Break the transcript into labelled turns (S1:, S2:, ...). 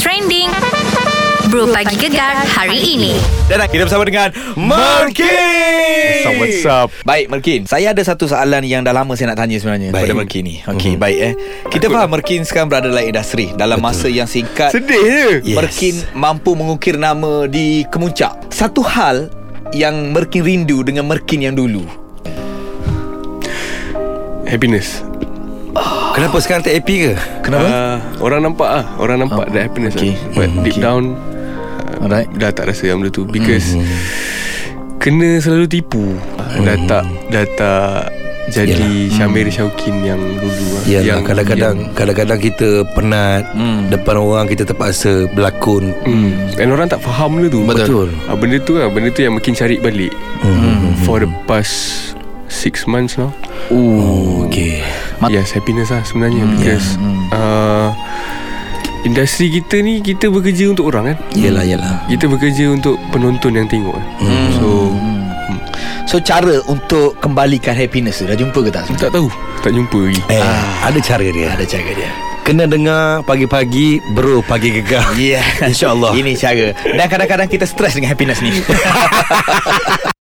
S1: trending Bro Pagi Gegar hari ini
S2: Dan kita bersama dengan Merkin
S3: What's up, what's up?
S2: Baik Merkin Saya ada satu soalan yang dah lama saya nak tanya sebenarnya
S3: Baik.
S2: Pada Merkin ni
S4: Mhm.
S2: Okey baik eh Kita faham Merkin sekarang berada dalam industri Dalam masa yang singkat
S3: Sedih je
S2: yes. Merkin mampu mengukir nama di kemuncak Satu hal yang Merkin rindu dengan Merkin yang dulu
S3: Happiness
S4: Kenapa sekarang tak happy ke?
S2: Kenapa?
S3: uh, Orang nampak ah, Orang
S2: Oh,
S3: nampak oh, that happiness
S2: okay.
S3: okay. lah. But
S2: Mm,
S3: mm, deep
S2: okay.
S3: okay. down
S2: Uh, Alright
S3: Dah tak rasa yang benda tu Because Kena selalu tipu mm. Dah tak Dah tak Jadi Syamir Syaukin yang dulu lah.
S4: Ya
S3: yang,
S4: kadang-kadang kadang-kadang kita penat
S2: Hmm.
S4: depan orang kita terpaksa berlakon.
S3: yang, mm, And orang tak faham benda tu
S4: Betul.
S3: ah, Benda tu lah Benda tu yang makin cari balik mm. For the past Six months now
S4: Oh, okey.
S2: Mat-
S3: Yes happiness lah sebenarnya mm, Because yeah, uh, Industri kita ni Kita bekerja untuk orang kan
S4: Yalah yalah.
S3: Kita bekerja untuk penonton yang tengok hmm. So
S2: So cara untuk kembalikan happiness tu Dah jumpa ke tak sebenarnya?
S3: Tak tahu Tak jumpa lagi
S4: Eh, ada cara dia.
S2: Ada cara dia
S4: Kena dengar pagi-pagi bro pagi gegar.
S2: Ya yeah.
S4: InsyaAllah.
S2: Ini cara Dan kadang-kadang kita stres dengan happiness ni